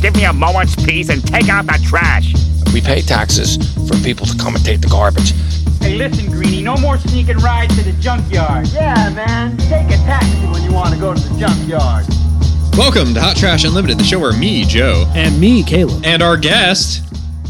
give me a moment's peace and take out the trash. We pay taxes for people to come and take the garbage. Hey, listen, Greenie, no more sneaking rides to the junkyard. Yeah, man, take a taxi when you want to go to the junkyard. Welcome to Hot Trash Unlimited, the show where me, Joe, And me, Caleb. and our guest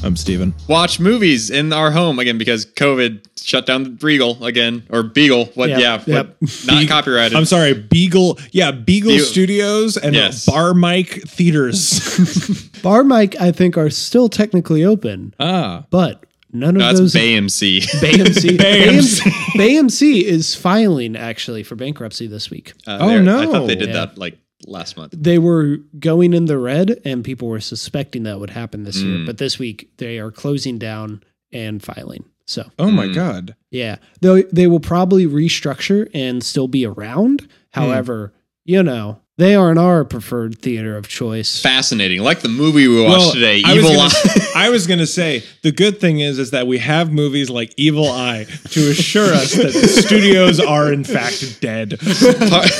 I'm Steven. watch movies in our home again because COVID shut down Regal again or Beagle. What? Yep, Yeah, yep. what, not copyrighted. I'm sorry, Beagle. Yeah, Beagle Beagle. Studios and Yes. Bar Mike Theaters. Bar Mike, I think, are still technically open, ah, but none of No, that's Uh, those. BAMC. BAMC. BAMC. BAMC is filing actually for bankruptcy this week. Uh, Oh, they're- I no. thought they did Yeah. that like last month. They were going in the red, and people were suspecting that would happen this Hmm. year. But this week, they are closing down and filing. So, oh my God. yeah, they they will probably restructure and still be around. Hmm. However, you know, they aren't our preferred theater of choice. Fascinating. Like the movie we watched today, I Evil was Eye. gonna, I was gonna say the good thing is is that we have movies like Evil Eye to assure us that the studios are in fact dead. part,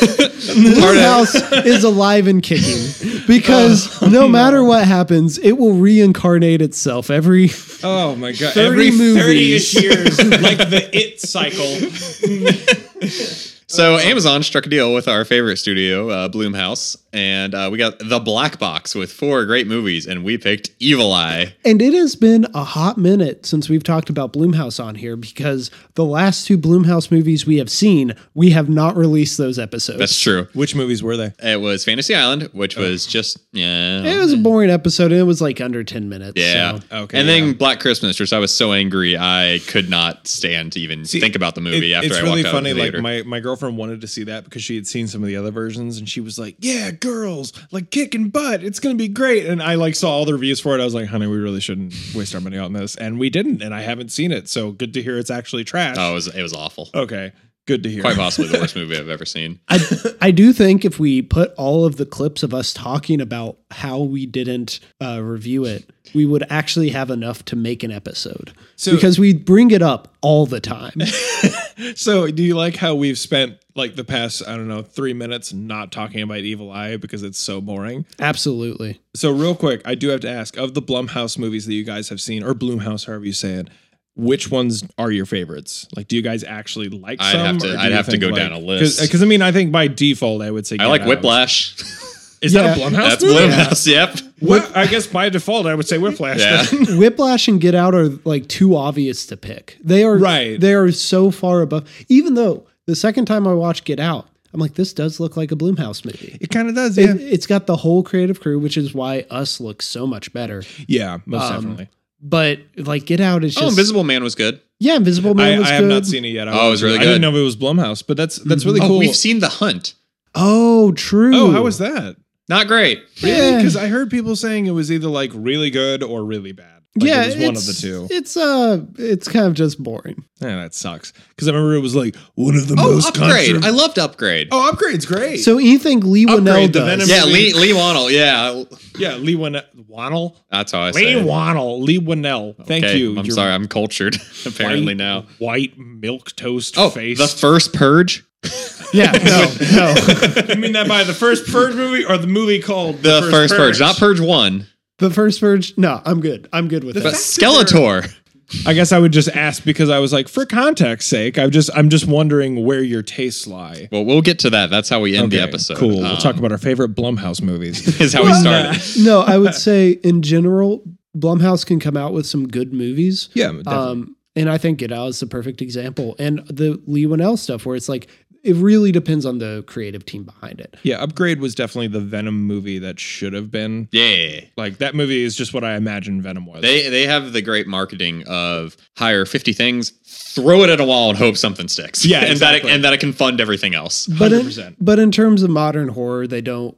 Blue part of, House is alive and kicking because Oh, no matter what happens, it will reincarnate itself every. Oh my god! 30 Every movies. thirty-ish years, like the It cycle. so Amazon struck a deal with our favorite studio, uh, Bloomhouse, and uh, we got the Black Box with four great movies, and we picked Evil Eye. And it has been a hot minute since we've talked about Bloomhouse on here because the last two Bloomhouse movies we have seen, we have not released those episodes. That's true. Which movies were they? It was Fantasy Island, Oh. which was just yeah. It was a boring episode and it was like under 10 minutes. yeah. so- Okay, And then yeah. Black Christmas, which I was so angry I could not stand to even think about the movie It- after it's I really walked out funny. of the like theater. my my girlfriend wanted to see that because she had seen some of the other versions, and she was like, "Yeah, girls, like kicking butt. It's gonna be great." And I like saw all the reviews for it. I was like, "Honey, we really shouldn't waste our money on this," and we didn't. And I haven't seen it, so good to hear it's actually trash. oh, it was it was awful. okay, good to hear. Quite possibly the worst movie I've ever seen. I, I do think if we put all of the clips of us talking about how we didn't uh, review it, we would actually have enough to make an episode So- because we bring it up all the time. So, do you like how we've spent like the past I don't know three minutes not talking about Evil Eye because it's so boring? Absolutely. So real quick, I do have to ask: of the Blumhouse movies that you guys have seen, or Bloomhouse, however you say it, which ones are your favorites? Like, do you guys actually like? I'd some, have to- or do I'd you have to think, go like- down a list. Because I mean, I think by default, I would say I Get like Out. Whiplash. Is that a Yeah. Blumhouse? That's movie? Bloomhouse. Yep. Whip- I guess by default, I would say Whiplash. Yeah. then. Whiplash and Get Out are like too obvious to pick. They are Right. They are so far above. Even though the second time I watched Get Out, I'm like, this does look like a Bloomhouse movie. it kind of does. Yeah, It, it's got the whole creative crew, which is why us looks so much better. yeah, most Um, definitely. But like Get Out is just Oh, Invisible Man was good. yeah, Invisible I, Man was I good. have not seen it yet. I Oh, it was wanted to. really I didn't good. know if it was Blumhouse, but that's that's really Oh, cool. we've seen The Hunt. Oh, true. oh, how was that? Not great. Yeah. Because I heard people saying it was either like really good or really bad. Like, yeah, it was one of it's- the two. It's uh, it's kind of just boring. Yeah, that sucks. Because I remember it was like one of the Oh, most Upgrade. controversial- I loved Upgrade. oh, upgrade's great. So anything Lee Upgrade Winnell the does, Venom yeah, Lee Lee Wannell. Yeah, yeah, Lee Win- Wannell. that's how I say. Lee it. Wannell. Lee Winnell. Thank Okay, you. I'm Your sorry. I'm cultured apparently white- now. White milk toast Oh, face. the first Purge. yeah, no, no, you mean that by the first Purge movie or the movie called The, first, Purge. not Purge One, the first Purge. No, I'm good. I'm good with but that. Skeletor. I guess I would just ask because I was like, for contact's sake, I'm just I'm just wondering where your tastes lie. Well, we'll get to that. That's how we end the episode. Cool. we'll Um, talk about our favorite Blumhouse movies. is how we started. No, I would say in general, Blumhouse can come out with some good movies. yeah, definitely. Um, and I think Get Out is the perfect example, and the Lee Winnell stuff, where it's like it really depends on the creative team behind it. yeah. Upgrade was definitely the Venom movie that should have been. Yeah. Like that movie is just what I imagined Venom was. They they have the great marketing of hire 50 things, throw it at a wall and hope something sticks. Yeah, and exactly. that it, and that it can fund everything else. But in, 100%. but in terms of modern horror, they don't.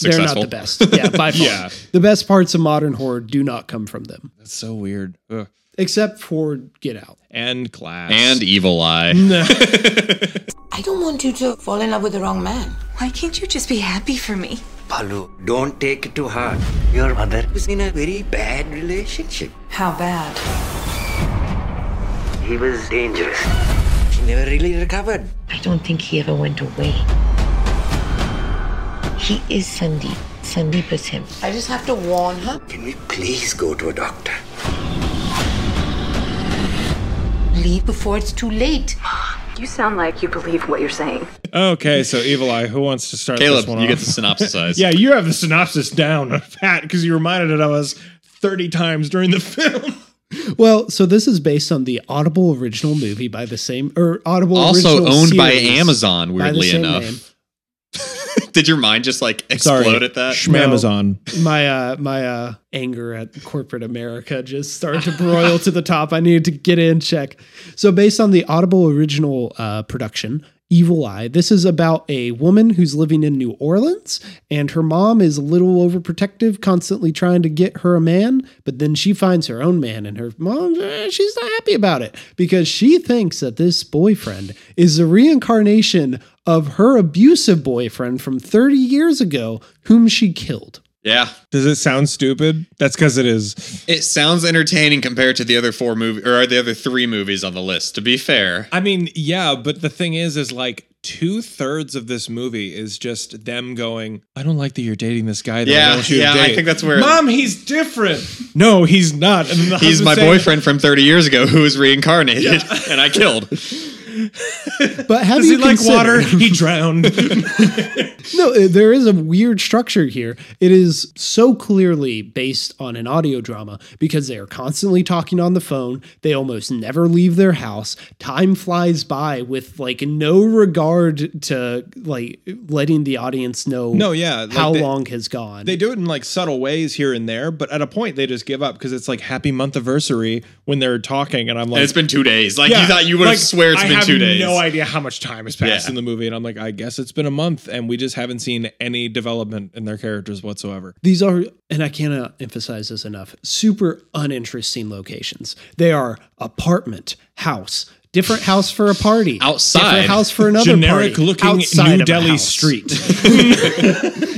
They're not Successful. the best. Yeah, by far. Yeah. The best parts of modern horror do not come from them, That's so weird. Ugh. except for Get Out. And class. And Evil Eye. I don't want you to fall in love with the wrong man. Why can't you just be happy for me? Palu, don't take it to heart. Your mother was in a very bad relationship. How bad? He was dangerous. She never really recovered. I don't think he ever went away. He is Sandeep. Sandeep is him. I just have to warn her. Can we please go to a doctor? Leave before it's too late. You sound like you believe what you're saying. Okay, so Evil Eye, who wants to start Caleb, this one you off? get to synopsisize. yeah, you have the synopsis down, Pat, because you reminded it of us 30 times during the film. Well, so this is based on the Audible original movie by the same or Audible Also original owned by series Amazon, by the weirdly same enough. name. Did your mind just like explode Sorry. at that? Schmamazon. My uh, my uh, anger at corporate America just started to broil to the top. I needed to get in check. So based on the Audible original uh, production, Evil Eye. This is about a woman who's living in New Orleans, and her mom is a little overprotective, constantly trying to get her a man. But then she finds her own man, and her mom eh, she's not happy about it because she thinks that this boyfriend is a reincarnation of her abusive boyfriend from 30 years ago, whom she killed. Yeah. Does it sound stupid? That's because it is. It sounds entertaining compared to the other four movie or the other three movies on the list, to be fair. I mean, yeah, but the thing is, is like two thirds of this movie is just them going, I don't like that you're dating this guy. That Yeah, I want you to yeah, I date." think that's where- Mom, he's different. No, he's not. And then the He's husband my saying- boyfriend from 30 years ago who was reincarnated and I killed. But have Does you he like considered- water? He drowned. No, uh, there is a weird structure here. It is so clearly based on an audio drama because they are constantly talking on the phone. They almost never leave their house. Time flies by with like no regard to like letting the audience know No, yeah, like how they- long has gone. they do it in like subtle ways here and there, but at a point they just give up because it's like happy month anniversary when they're talking, and I'm like, And it's been two days. Like Yeah, you thought you would have like, swear it's I been have two days. No idea how much time has passed Yeah. in the movie, and I'm like, I guess it's been a month, and we just haven't seen any development in their characters whatsoever. These are, and I cannot emphasize this enough, super uninteresting locations. They are apartment, house, different house for a party, Outside. different house for another Generic party, looking outside of New a Delhi house. street.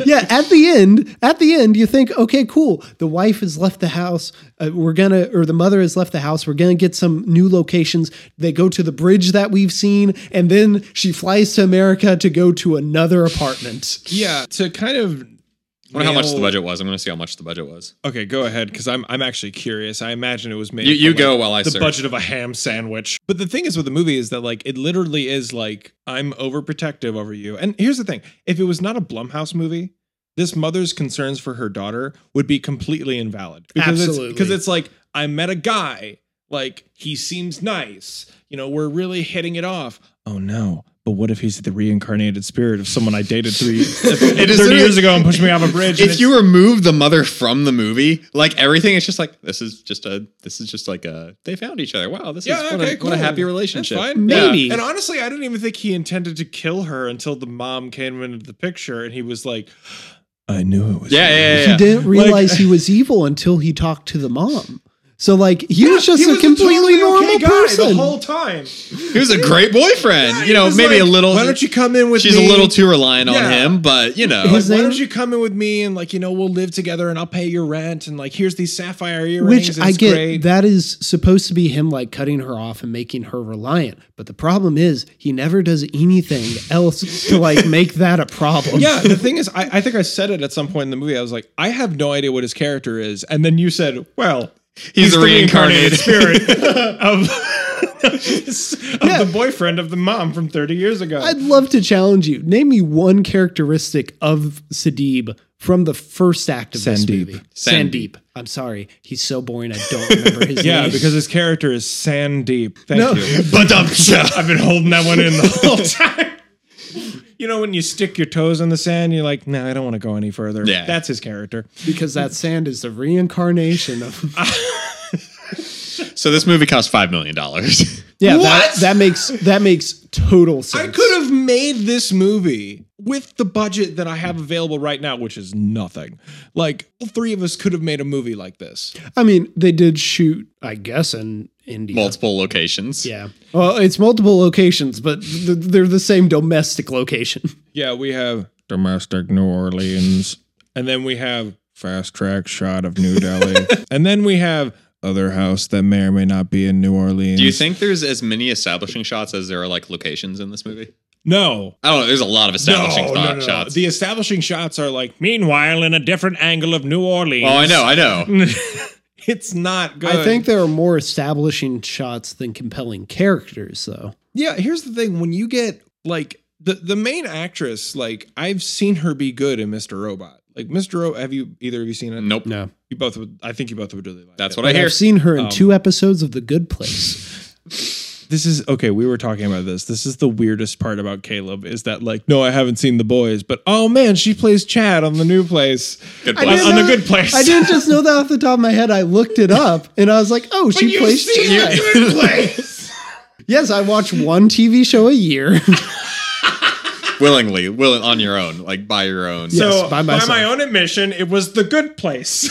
yeah, at the end, at the end, you think, okay, cool. The wife has left the house. Uh, we're gonna, or the mother has left the house. We're gonna get some new locations. They go to the bridge that we've seen, and then she flies to America to go to another apartment. yeah, to kind of. I wonder how much nail- the budget was. I'm gonna see how much the budget was. Okay, go ahead because I'm I'm actually curious. I imagine it was made. You- you for, go like, while I the search. budget of a ham sandwich. But the thing is with the movie is that like it literally is like I'm overprotective over you. And here's the thing: if it was not a Blumhouse movie, this mother's concerns for her daughter would be completely invalid Absolutely. because it's like I met a guy, like he seems nice. You know, we're really hitting it off. Oh no. But what if he's the reincarnated spirit of someone I dated three It is 30 years ago and pushed me off a bridge? and If you remove the mother from the movie, like everything, it's just like this is just a this is just like a they found each other. Wow, this is what, a, what a happy relationship. That's fine. Maybe. And honestly, I didn't even think he intended to kill her until the mom came into the picture and he was like, I knew it was. Yeah, you." yeah, yeah. He didn't Like- realize he was evil until he talked to the mom. So like he was Yeah, just he a was completely totally normal okay guy person. The whole time. He was a great boyfriend. you know, He was maybe a like, little. Why don't you come in with She's me? a little too reliant on Yeah. him, but you know, Like, His why name- don't you come in with me and like you know we'll live together and I'll pay your rent and like here's these sapphire earrings. Which and I it's get great. that is supposed to be him like cutting her off and making her reliant. But the problem is he never does anything else to like make that a problem. yeah, the thing is, I, I think I said it at some point in the movie. I was like, I have no idea what his character is, and then you said, "Well, he's, a the reincarnated reincarnated. spirit of, of the boyfriend of the mom from 30 years ago. I'd love to challenge you. Name me one characteristic of Sadeeb from the first act of this Sandeep. movie. Sandeep. I'm sorry. He's so boring I don't remember his yeah, name. because his character is Sandeep. Thank No. you. But um, I've been holding that one in the whole time. You know when you stick your toes in the sand, you're like, "No, I don't want to go any further." Yeah. that's his character. because that sand is the reincarnation of so this movie cost five million dollars. Yeah, that, What? that makes that makes total I sense. could have made this movie with the budget that I have available right now, which is nothing. Like all three of us could have made a movie like this. I mean, they did shoot, I guess, in India. Multiple locations. Yeah. Well, it's multiple locations, but th- they're the same domestic location. Yeah, we have domestic New Orleans, and then we have fast track shot of New Delhi, and then we have other house that may or may not be in New Orleans. Do you think there's as many establishing shots as there are like locations in this movie? No. I don't know. There's a lot of establishing No, no, thought no, no. shots. The establishing shots are like, meanwhile, in a different angle of New Orleans. oh, I know, I know. It's not good. I think there are more establishing shots than compelling characters, though. Yeah, here's the thing: when you get like the the main actress, like I've seen her be good in Mr. Robot. Like Mr. Robot, have you either of you seen it? nope. No, You both would. I think you both would really like. That's it. what I But hear. I've seen her in Um, two episodes of The Good Place. This is okay. We were talking about this. This is the weirdest part about Caleb is that like, no, I haven't seen the boys, but oh man, she plays Chad on the new place. Good On- Place. On, I the didn't good place. I didn't just know that off the top of my head. I looked it up and I was like, oh, she plays Chad. good place. Yes, I watch one TV show a year. Willingly, willing on your own, like by your own. Yeah. Yes, so by, by myself. my own admission, it was the good place.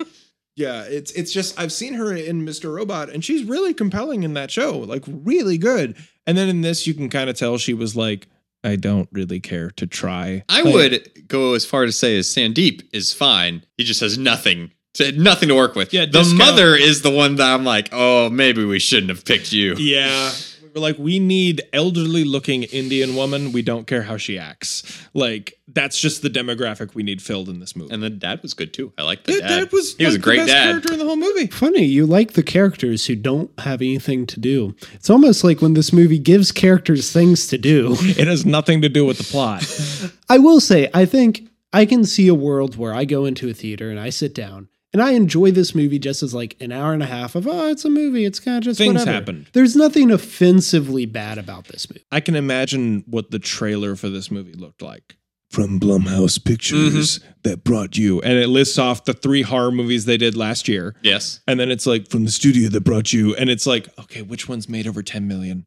yeah, it's it's just I've seen her in Mr. Robot, and she's really compelling in that show, like really good. And then in this, you can kind of tell she was like, I don't really care to try. I Like, would go as far to say as Sandeep is fine. He just has nothing. To, nothing to work with. Yeah, the discount. mother is the one that I'm like, oh, maybe we shouldn't have picked you. Yeah. We were like, we need elderly looking Indian woman. We don't care how she acts. Like, that's just the demographic we need filled in this movie. And the dad was good too. I like the that, dad. that was he was a like, the great best dad. character in the whole movie. Funny, you like the characters who don't have anything to do. It's almost like when this movie gives characters things to do. It has nothing to do with the plot. I will say, I think I can see a world where I go into a theater and I sit down and I enjoy this movie just as like an hour and a half of oh, it's a movie. It's kind of just Things whatever. happened. There's nothing offensively bad about this movie. I can imagine what the trailer for this movie looked like. Mm-hmm. From Blumhouse Pictures that brought you. And it lists off the three horror movies they did last year. Yes. And then it's like, from the studio that brought you. And it's like, okay, which one's made over 10 million?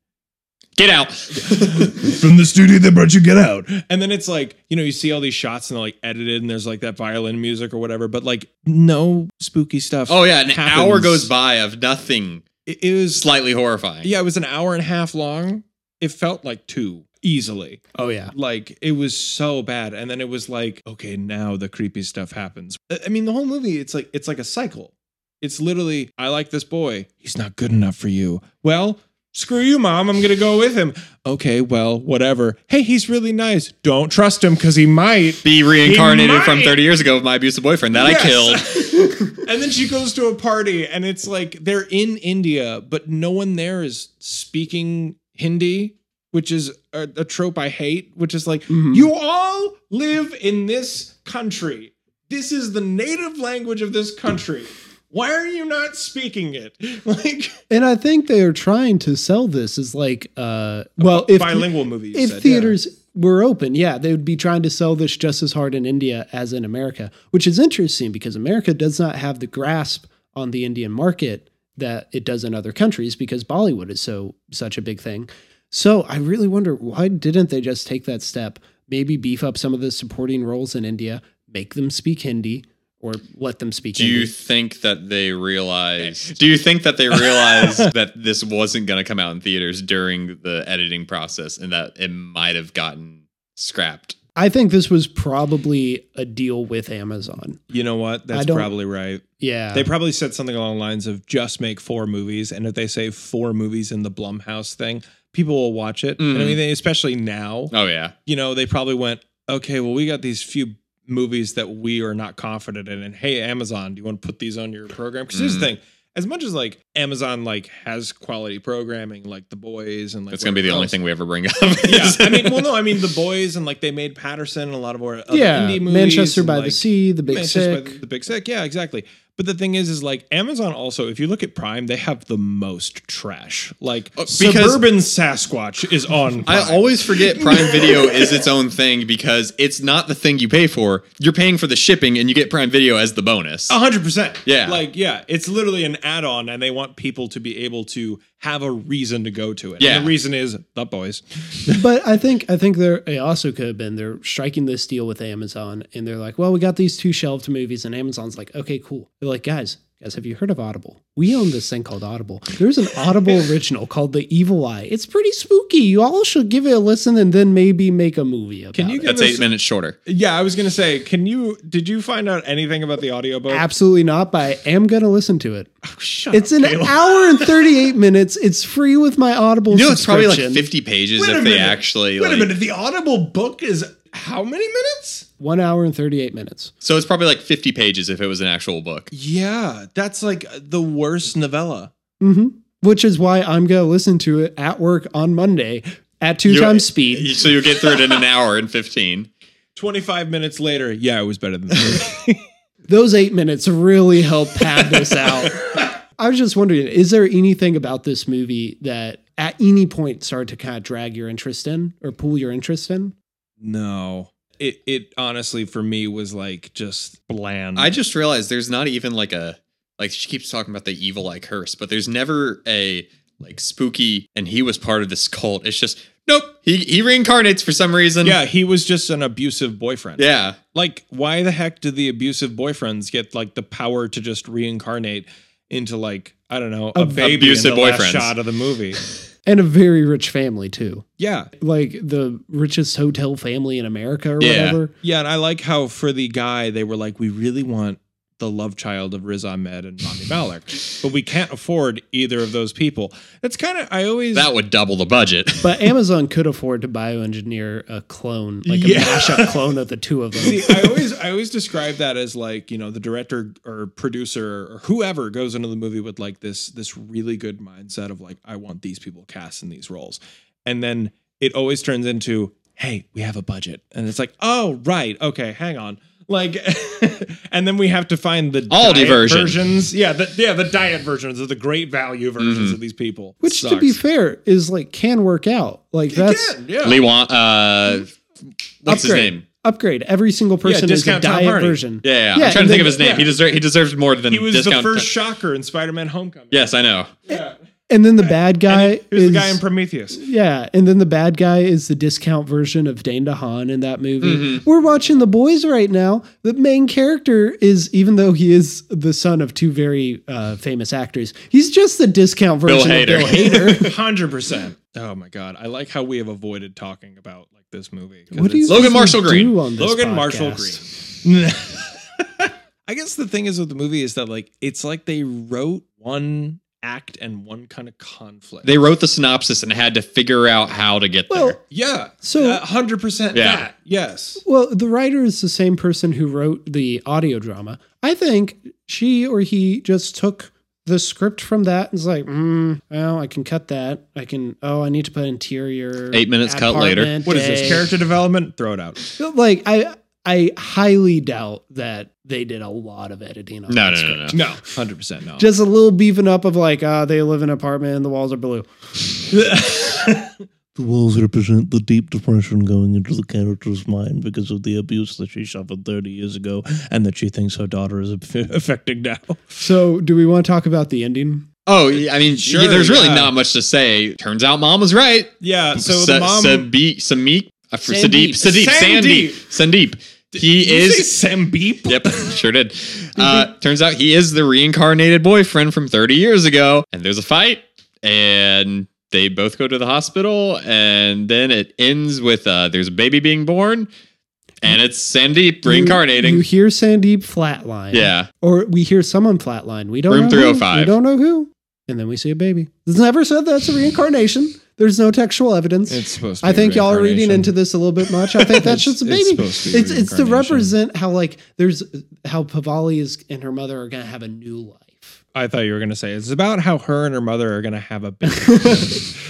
Get out. from the studio that brought you Get Out. And then it's like, you know, you see all these shots and they're like edited and there's like that violin music or whatever, but like no spooky stuff. Oh yeah, an happens. hour goes by of nothing. It, it was like, Slightly horrifying. yeah, it was an hour and a half long. It felt like two easily. Oh yeah. Like it was so bad. And then it was like, okay, now the creepy stuff happens. I- I mean, the whole movie, it's like, it's like a cycle. It's literally, I like this boy. He's not good enough for you. Well, screw you, mom. I'm going to go with him. Okay, well, whatever. Hey, he's really nice. Don't trust him because he might. Be reincarnated He from might- 30 years ago with my abusive boyfriend that I killed. killed. and then she goes to a party and it's like they're in India, but no one there is speaking Hindi, which is a, a trope I hate, which is like, you all live in this country. This is the native language of this country. Why are you not speaking it? Like And I think they are trying to sell this as like uh well if bilingual movie. you if said, yeah. theaters were open, yeah, they would be trying to sell this just as hard in India as in America, which is interesting because America does not have the grasp on the Indian market that it does in other countries because Bollywood is so such a big thing. So I really wonder why didn't they just take that step, maybe beef up some of the supporting roles in India, make them speak Hindi or let them speak Do you Hindi. think that they realize? Do you think that they realize that this wasn't going to come out in theaters during the editing process, and that it might have gotten scrapped? I think this was probably a deal with Amazon. You know what? I That's don't- probably right. Yeah. They probably said something along the lines of just make four movies, and if they say four movies in the Blumhouse thing, people will watch it. And I Mhm. mean, they, especially now, Oh yeah, you know, they probably went, okay, well, we got these few movies that we are not confident in, and hey, Amazon, do you want to put these on your program? Because Mm. here's the thing: as much as like Amazon like has quality programming, like The Boys, and like that's going to be the whatever only else. thing we ever bring up. yeah, I mean, well, no, I mean The Boys, and like they made Patterson and a lot of other yeah, indie movies, Manchester and, by the like, Sea, The Big Manchester by Sick. The, the Big Sick. Yeah, exactly. But the thing is, is like Amazon also, if you look at Prime, they have the most trash. Like Oh, because- Suburban Sasquatch is on. Prime. I always forget Prime Video is its own thing because it's not the thing you pay for. You're paying for the shipping, and you get Prime Video as the bonus. A hundred percent. Yeah. Like, yeah, it's literally an add-on, and they want people to be able to have a reason to go to it. Yeah. And the reason is the boys. but I think I think there it also could have been they're striking this deal with Amazon and they're like, well, we got these two shelved movies, and Amazon's like, okay, cool. They're like, guys, Guys, have you heard of Audible? We own this thing called Audible. There's an Audible original called The Evil Eye. It's pretty spooky. You all should give it a listen and then maybe make a movie about Can you it. give That's us- eight minutes shorter. Yeah, I was gonna say, can you? Did you find out anything about the audiobook? Oh, Absolutely not, but I am going to listen to it. Shut It's an hour and 38 minutes. It's free with my Audible You know, it's probably subscription. like 50 pages Wait a if they minute. actually. Wait like, a minute. The audible book is how many minutes? One hour and 38 minutes. So it's probably like 50 pages if it was an actual book. Yeah, that's like the worst novella. hmm Which is why I'm going to listen to it at work on Monday at two You- times speed. So you'll get through it in an hour and 15. Twenty five minutes later, yeah, it was better than that. those eight minutes really help pad this out. I was just wondering, is there anything about this movie that at any point started to kind of drag your interest in or pull your interest in? no, it it honestly for me was like just bland. I just realized there's not even like a. Like she keeps talking about the evil eye curse, but there's never a like spooky and he was part of this cult. It's just, nope, he, he reincarnates for some reason. yeah, he was just an abusive boyfriend. Yeah. Like, why the heck do the abusive boyfriends get like the power to just reincarnate into like I don't know a Ab- baby Abusive in the last boyfriends. shot of the movie? And a very rich family, too. yeah, Like the richest hotel family in America or Yeah. whatever. yeah, and I like how for the guy they were like, we really want the love child of Riz Ahmed and Rami Malek, but we can't afford either of those people. That's kind of I always That would double the budget. But Amazon could afford to bioengineer a clone, like Yeah. a mashup clone of the two of them. See, I always I always describe that as like you know the director or producer or whoever goes into the movie with like this this really good mindset of like I want these people cast in these roles, and then it always turns into hey we have a budget and it's like oh right okay hang on like and then we have to find the Aldi diet version. versions yeah the yeah the diet versions of the great value versions Mm-hmm. of these people Which, to be fair, is like can work out. Like that's Again, yeah. Lee Wan, uh, what's his upgrade. name? Upgrade. Every single person is a discount Tom diet Hardy. version. Yeah, yeah, Yeah, I'm trying and to think then- of his name. He deserves he deserves more than he was discount. the first shocker in Spider-Man: Homecoming. yes, I know. And then the bad guy he was is the guy in Prometheus. Yeah, and then the bad guy is the discount version of Dane DeHaan in that movie. Mm-hmm. We're watching The Boys right now. The main character is, even though he is the son of two very uh, famous actors, he's just the discount Bill version of Bill Hader. Hader. Hundred percent. Oh my god, I like how we have avoided talking about like this movie. 'cause what do you it's- Logan think we Marshall do Green. on this Logan podcast? Marshall Green? I guess the thing is with the movie is that like it's like they wrote one act and one kind of conflict. They wrote the synopsis and had to figure out how to get Well, there. yeah, So- hundred percent. Yeah. that, yes. well, the writer is the same person who wrote the audio drama. I think she or he just took the script from that and was like, mm, well, I can cut that. I can, oh, I need to put interior. Eight minutes cut later. apartment What is day. this character development? Throw it out. like I I highly doubt that they did a lot of editing on No, that no, no, script. no. No, hundred percent. No. Just a little beefing up of like, uh, they live in an apartment and the walls are blue. The walls represent the deep depression going into the character's mind because of the abuse that she suffered 30 years ago and that she thinks her daughter is aff- affecting now. So do we want to talk about the ending? Oh, yeah, I mean, Sure, yeah, there's really yeah. not much to say. Turns out mom was right. yeah. So the Sa- mom. Sabi- Sameek, uh, for Sandeep, Sandeep, Sandeep. Sandeep, Sandeep. He Did you is. say Sam Beep? Yep, sure did. Uh, turns out he is the reincarnated boyfriend from 30 years ago, and there's a fight, and they both go to the hospital, and then it ends with uh, there's a baby being born, and it's Sandeep reincarnating. You, you hear Sandeep flatline. yeah, Or we hear someone flatline. We don't Room know 305. Who. We don't know who. And then we see a baby. It's never said that's a reincarnation. There's no textual evidence. It's supposed to I be think y'all are reading reincarnation. into this a little bit much. I think that's just a It's- it's baby. It's supposed to be it's, to reincarnation. represent how like there's how Pavali is and her mother are gonna have a new life. I thought you were gonna say it's about how her and her mother are gonna have a baby.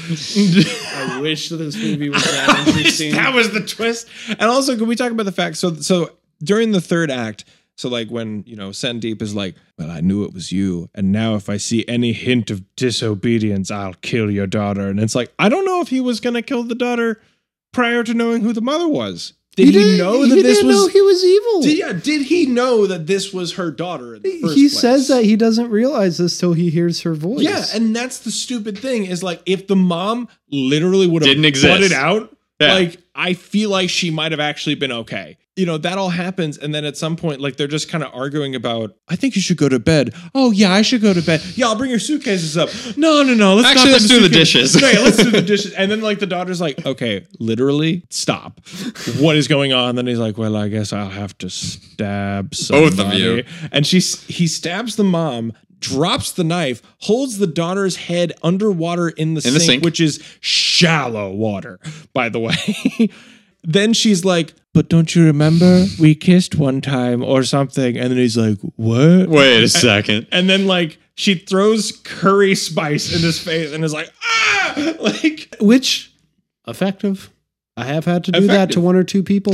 I wish this movie was that interesting. that was the twist. And also, can we talk about the fact? So, so during the third act, so like when you know Sandeep is like, "Well, I knew it was you, and now if I see any hint of disobedience, I'll kill your daughter." And it's like, I don't know if he was gonna kill the daughter prior to knowing who the mother was. Did he, didn't- know that he this didn't was? know he was evil? did, yeah, did he know that this was her daughter? In the he first place? says that he doesn't realize this till he hears her voice. Yeah, and that's the stupid thing is like if the mom literally would have Didn't exist. butted out, Yeah. like I feel like she might have actually been okay. you know, that all happens. And then at some point, like they're just kind of arguing about, I think you should go to bed. Oh, yeah, I should go to bed. Yeah, I'll bring your suitcases up. No, no, no. Let's not Actually, bring let's do the suitcases. dishes. No, yeah, let's do the dishes. And then like the daughter's like, okay, literally stop. What is going on? Then he's like, well, I guess I'll have to stab somebody. Both of you. And she he stabs the mom. Drops the knife, holds the daughter's head underwater in the, In sink, the sink. which is shallow water, by the way. then she's like, But don't you remember? We kissed one time or something. And then he's like, What? Wait a second. And then, like, she throws curry spice in his face and is like, Ah! Like, Which effective. I have had to do that to Effective. one or two people.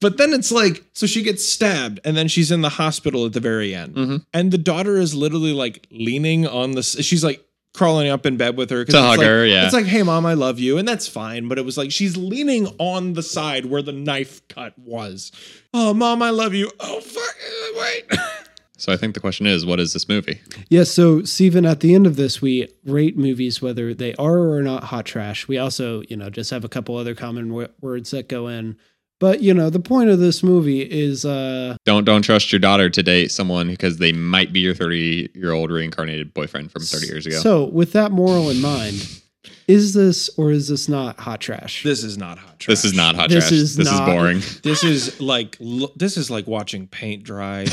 But then it's like, so she gets stabbed and then she's in the hospital at the very end. Mm-hmm. And the daughter is literally like leaning on the, s- she's like crawling up in bed with her. 'cause To it's hug like- her, yeah. It's like, hey, mom, I love you. And that's fine. But it was like, she's leaning on the side where the knife cut was. Oh, mom, I love you. Oh, fuck. uh, Wait. So I think the question is, what is this movie? Yes, so Steven, at the end of this, we rate movies whether they are or are not hot trash. We also, you know, just have a couple other common w- words that go in. But you know, the point of this movie is uh Don't don't trust your daughter to date someone because they might be your 30 year old reincarnated boyfriend from 30 years ago. so with that moral in mind, is this or is this not hot trash? this is not hot trash. this is not hot This trash. is this not- is boring. This is like, l- this is like watching paint dry.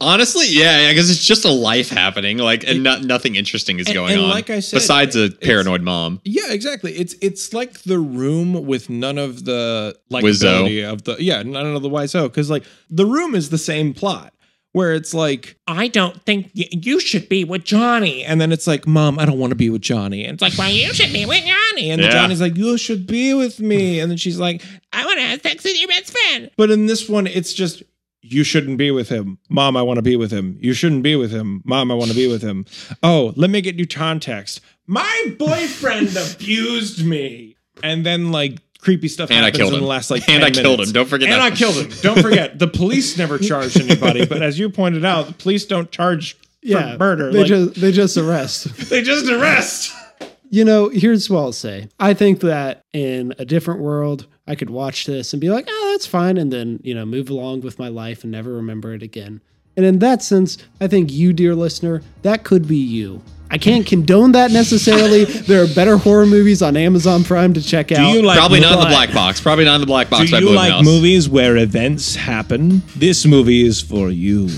Honestly, yeah, I guess it's just a life happening, like, and not, nothing interesting is And- going and on. like I said, besides a it's- paranoid mom, Yeah, exactly. It's it's like the room with none of the like Wizzo. of the yeah, none of the YSO because like the room is the same plot where it's like I don't think y- you should be with Johnny, and then it's like Mom, I don't want to be with Johnny, and it's like Well, you should be with Johnny, and then Yeah. Johnny's like You should be with me, and then she's like I want to have sex with your best friend, but in this one it's just. You shouldn't be with him. Mom, I want to be with him. You shouldn't be with him. Mom, I want to be with him. Oh, let me get you context. My boyfriend abused me. And then like creepy stuff And I happens killed in him. the last like And 10 I killed minutes. him. Don't forget And that. I killed him. Don't forget. The police never charged anybody, but as you pointed out, the police don't charge yeah, for murder. They Like, just they just arrest. they just arrest. You know, here's what I'll say. I think that in a different world, I could watch this and be like, oh, that's fine. And then, you know, move along with my life and never remember it again. And in that sense, I think you, dear listener, that could be you. I can't condone that necessarily. there are better horror movies on Amazon Prime to check out. you like- probably not in the Black- black box. Probably not in the black Do box. by you like Blumhouse. movies where events happen? This movie is for you.